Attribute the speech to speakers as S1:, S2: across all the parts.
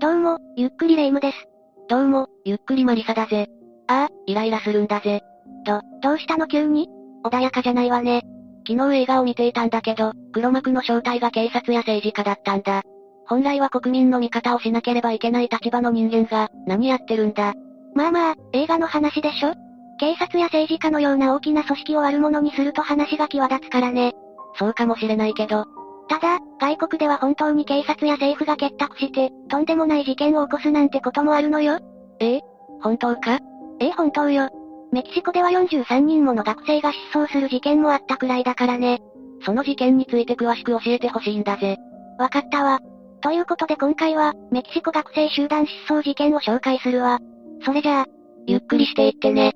S1: どうも、ゆっくりレ夢ムです。どうも、ゆっくりマリサだぜ。ああ、イライラするんだぜ。ど、どうしたの急に穏やかじゃないわね。昨日映画を見ていたんだけど、黒幕の正体が警察や政治家だったんだ。本来は国民の味方をしなければいけない立場の人間が、何やってるんだ。まあまあ、映画の話でしょ警察や政治家のような大きな組織を悪者にすると話が際立つからね。そうかもしれないけど、ただ、外国では本当に警察や政府が結託して、とんでもない事件を起こすなんてこともあるのよ。ええ本当かええ本当よ。メキシコでは43人もの学生が失踪する事件もあったくらいだからね。その事件について詳しく教えてほしいんだぜ。わかったわ。ということで今回は、メキシコ学生集団失踪事件を紹介するわ。それじゃあ、ゆっくりしていってね。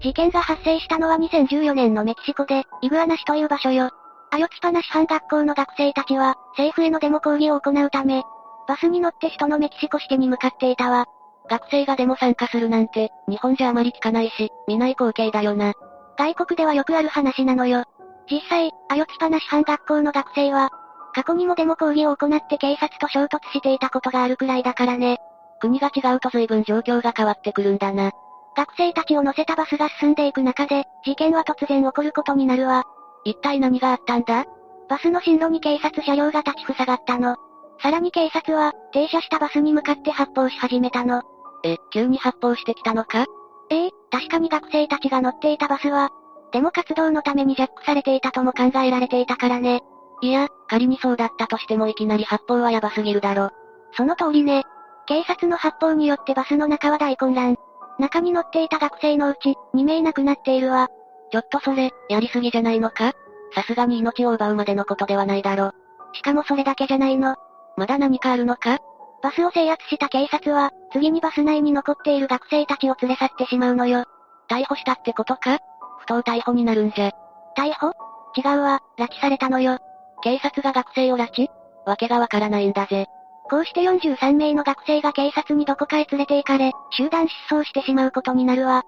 S1: 事件が発生したのは2014年のメキシコで、イグアナ市という場所よ。歩きっぱなし半学校の学生たちは、政府へのデモ抗議を行うため、バスに乗って首都のメキシコシテに向かっていたわ。学生がデモ参加するなんて、日本じゃあまり聞かないし、見ない光景だよな。外国ではよくある話なのよ。実際、歩きっぱなし半学校の学生は、過去にもデモ抗議を行って警察と衝突していたことがあるくらいだからね。国が違うと随分状況が変わってくるんだな。学生たちを乗せたバスが進んでいく中で、事件は突然起こることになるわ。一体何があったんだバスの進路に警察車両が立ち塞がったの。さらに警察は、停車したバスに向かって発砲し始めたの。え、急に発砲してきたのかええ、確かに学生たちが乗っていたバスは、デモ活動のためにジャックされていたとも考えられていたからね。いや、仮にそうだったとしてもいきなり発砲はやばすぎるだろ。その通りね。警察の発砲によってバスの中は大混乱。中に乗っていた学生のうち、2名亡くなっているわ。ちょっとそれ、やりすぎじゃないのかさすがに命を奪うまでのことではないだろ。しかもそれだけじゃないの。まだ何かあるのかバスを制圧した警察は、次にバス内に残っている学生たちを連れ去ってしまうのよ。逮捕したってことか不当逮捕になるんじゃ。逮捕違うわ、拉致されたのよ。警察が学生を拉致わけがわからないんだぜ。こうして43名の学生が警察にどこかへ連れて行かれ、集団失踪してしまうことになるわ。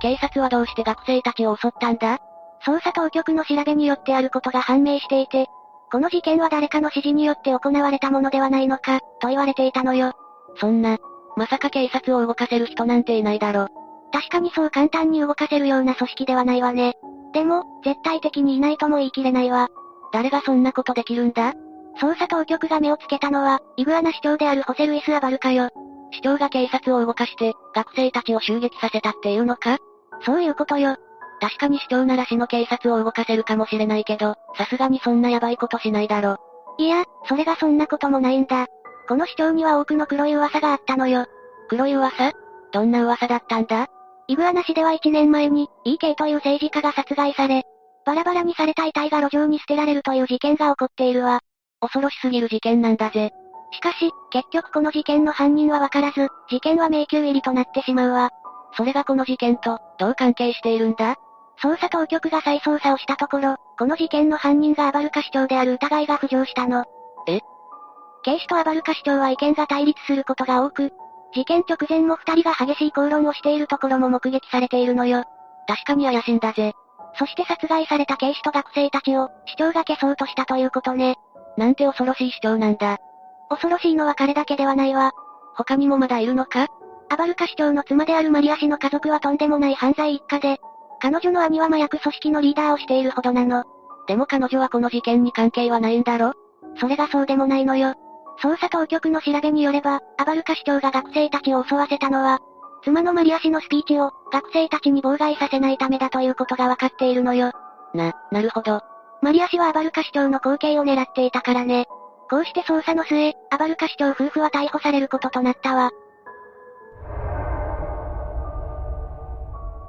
S1: 警察はどうして学生たちを襲ったんだ捜査当局の調べによってあることが判明していて、この事件は誰かの指示によって行われたものではないのか、と言われていたのよ。そんな、まさか警察を動かせる人なんていないだろ。確かにそう簡単に動かせるような組織ではないわね。でも、絶対的にいないとも言い切れないわ。誰がそんなことできるんだ捜査当局が目をつけたのは、イグアナ市長であるホセルイス・アバルカよ。市長が警察を動かして、学生たちを襲撃させたっていうのかそういうことよ。確かに市長なら市の警察を動かせるかもしれないけど、さすがにそんなヤバいことしないだろ。いや、それがそんなこともないんだ。この市長には多くの黒い噂があったのよ。黒い噂どんな噂だったんだイグアナ市では1年前に、EK という政治家が殺害され、バラバラにされた遺体が路上に捨てられるという事件が起こっているわ。恐ろしすぎる事件なんだぜ。しかし、結局この事件の犯人はわからず、事件は迷宮入りとなってしまうわ。それがこの事件と、どう関係しているんだ捜査当局が再捜査をしたところ、この事件の犯人がアバルカ市長である疑いが浮上したの。え警視とアバルカ市長は意見が対立することが多く、事件直前も二人が激しい口論をしているところも目撃されているのよ。確かに怪しいんだぜ。そして殺害された警視と学生たちを、市長が消そうとしたということね。なんて恐ろしい市長なんだ。恐ろしいのは彼だけではないわ。他にもまだいるのかアバルカ市長の妻であるマリア氏の家族はとんでもない犯罪一家で、彼女の兄は麻薬組織のリーダーをしているほどなの。でも彼女はこの事件に関係はないんだろそれがそうでもないのよ。捜査当局の調べによれば、アバルカ市長が学生たちを襲わせたのは、妻のマリア氏のスピーチを、学生たちに妨害させないためだということがわかっているのよ。な、なるほど。マリア氏はアバルカ市長の後継を狙っていたからね。こうして捜査の末、アバルカ市長夫婦は逮捕されることとなったわ。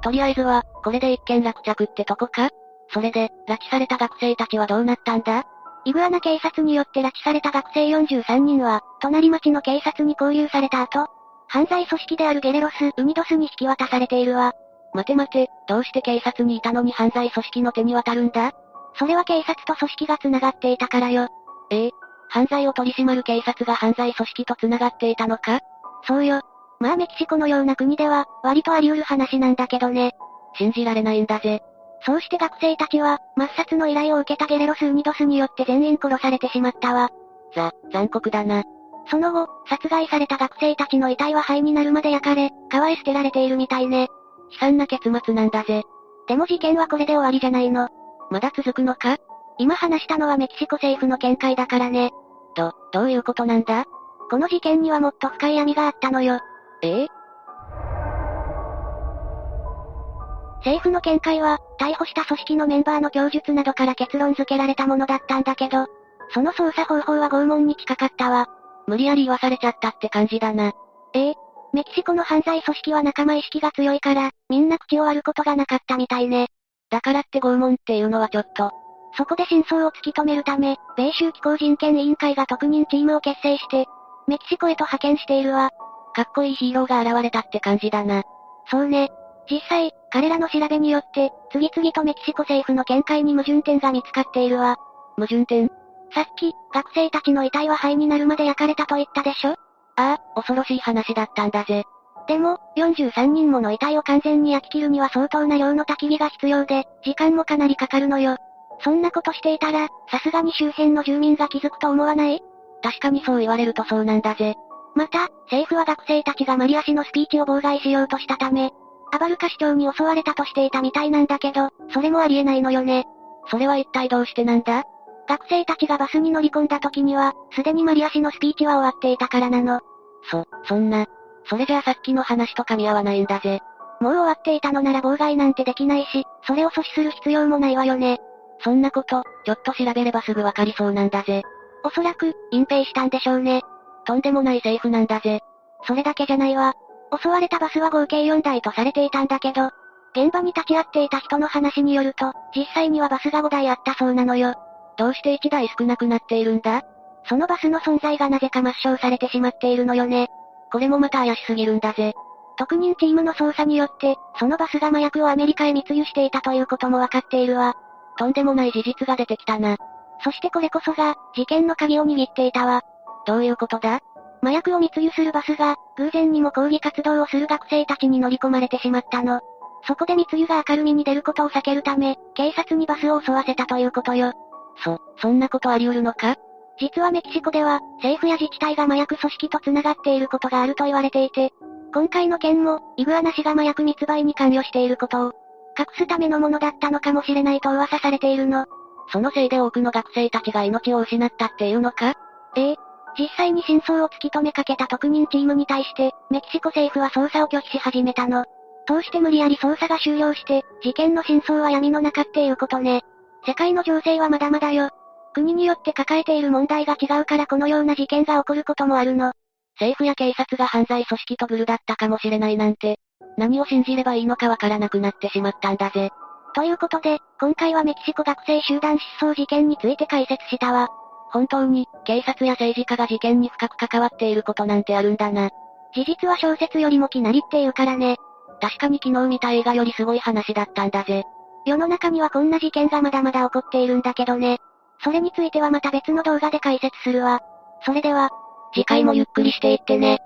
S1: とりあえずは、これで一件落着ってとこかそれで、拉致された学生たちはどうなったんだイグアナ警察によって拉致された学生43人は、隣町の警察に拘留された後、犯罪組織であるゲレロス、ウニドスに引き渡されているわ。待て待て、どうして警察にいたのに犯罪組織の手に渡るんだそれは警察と組織が繋がっていたからよ。ええ、犯罪を取り締まる警察が犯罪組織と繋がっていたのかそうよ。まあメキシコのような国では、割とあり得る話なんだけどね。信じられないんだぜ。そうして学生たちは、抹殺の依頼を受けたゲレロス・ウニドスによって全員殺されてしまったわ。ざ、残酷だな。その後、殺害された学生たちの遺体は灰になるまで焼かれ、川へ捨てられているみたいね。悲惨な結末なんだぜ。でも事件はこれで終わりじゃないの。まだ続くのか今話したのはメキシコ政府の見解だからね。ど、どういうことなんだこの事件にはもっと深い闇があったのよ。ええ政府の見解は、逮捕した組織のメンバーの供述などから結論付けられたものだったんだけど、その捜査方法は拷問に近かったわ。無理やり言わされちゃったって感じだな。ええメキシコの犯罪組織は仲間意識が強いから、みんな口を割ることがなかったみたいね。だからって拷問っていうのはちょっと。そこで真相を突き止めるため、米州機構人権委員会が特任チームを結成して、メキシコへと派遣しているわ。かっこいいヒーローが現れたって感じだな。そうね。実際、彼らの調べによって、次々とメキシコ政府の見解に矛盾点が見つかっているわ。矛盾点さっき、学生たちの遺体は灰になるまで焼かれたと言ったでしょああ、恐ろしい話だったんだぜ。でも、43人もの遺体を完全に焼き切るには相当な量の焚き火が必要で、時間もかなりかかるのよ。そんなことしていたら、さすがに周辺の住民が気づくと思わない確かにそう言われるとそうなんだぜ。また、政府は学生たちがマリア氏のスピーチを妨害しようとしたため、アバルカ市長に襲われたとしていたみたいなんだけど、それもありえないのよね。それは一体どうしてなんだ学生たちがバスに乗り込んだ時には、すでにマリア氏のスピーチは終わっていたからなの。そ、そんな。それじゃあさっきの話と噛み合わないんだぜ。もう終わっていたのなら妨害なんてできないし、それを阻止する必要もないわよね。そんなこと、ちょっと調べればすぐわかりそうなんだぜ。おそらく、隠蔽したんでしょうね。とんでもない政府なんだぜ。それだけじゃないわ。襲われたバスは合計4台とされていたんだけど、現場に立ち会っていた人の話によると、実際にはバスが5台あったそうなのよ。どうして1台少なくなっているんだそのバスの存在がなぜか抹消されてしまっているのよね。これもまた怪しすぎるんだぜ。特任チームの捜査によって、そのバスが麻薬をアメリカへ密輸していたということもわかっているわ。とんでもない事実が出てきたな。そしてこれこそが、事件の鍵を握っていたわ。どういうことだ麻薬を密輸するバスが、偶然にも抗議活動をする学生たちに乗り込まれてしまったの。そこで密輸が明るみに出ることを避けるため、警察にバスを襲わせたということよ。そ、そんなことあり得るのか実はメキシコでは、政府や自治体が麻薬組織と繋がっていることがあると言われていて、今回の件も、イグアナ氏が麻薬密売に関与していることを、隠すためのものだったのかもしれないと噂されているの。そのせいで多くの学生たちが命を失ったっていうのかええ。実際に真相を突き止めかけた特任チームに対して、メキシコ政府は捜査を拒否し始めたの。通して無理やり捜査が終了して、事件の真相は闇の中っていうことね。世界の情勢はまだまだよ。国によって抱えている問題が違うからこのような事件が起こることもあるの。政府や警察が犯罪組織とグルだったかもしれないなんて、何を信じればいいのかわからなくなってしまったんだぜ。ということで、今回はメキシコ学生集団失踪事件について解説したわ。本当に、警察や政治家が事件に深く関わっていることなんてあるんだな。事実は小説よりもきなりっていうからね。確かに昨日見た映画よりすごい話だったんだぜ。世の中にはこんな事件がまだまだ起こっているんだけどね。それについてはまた別の動画で解説するわ。それでは、次回もゆっくりしていってね。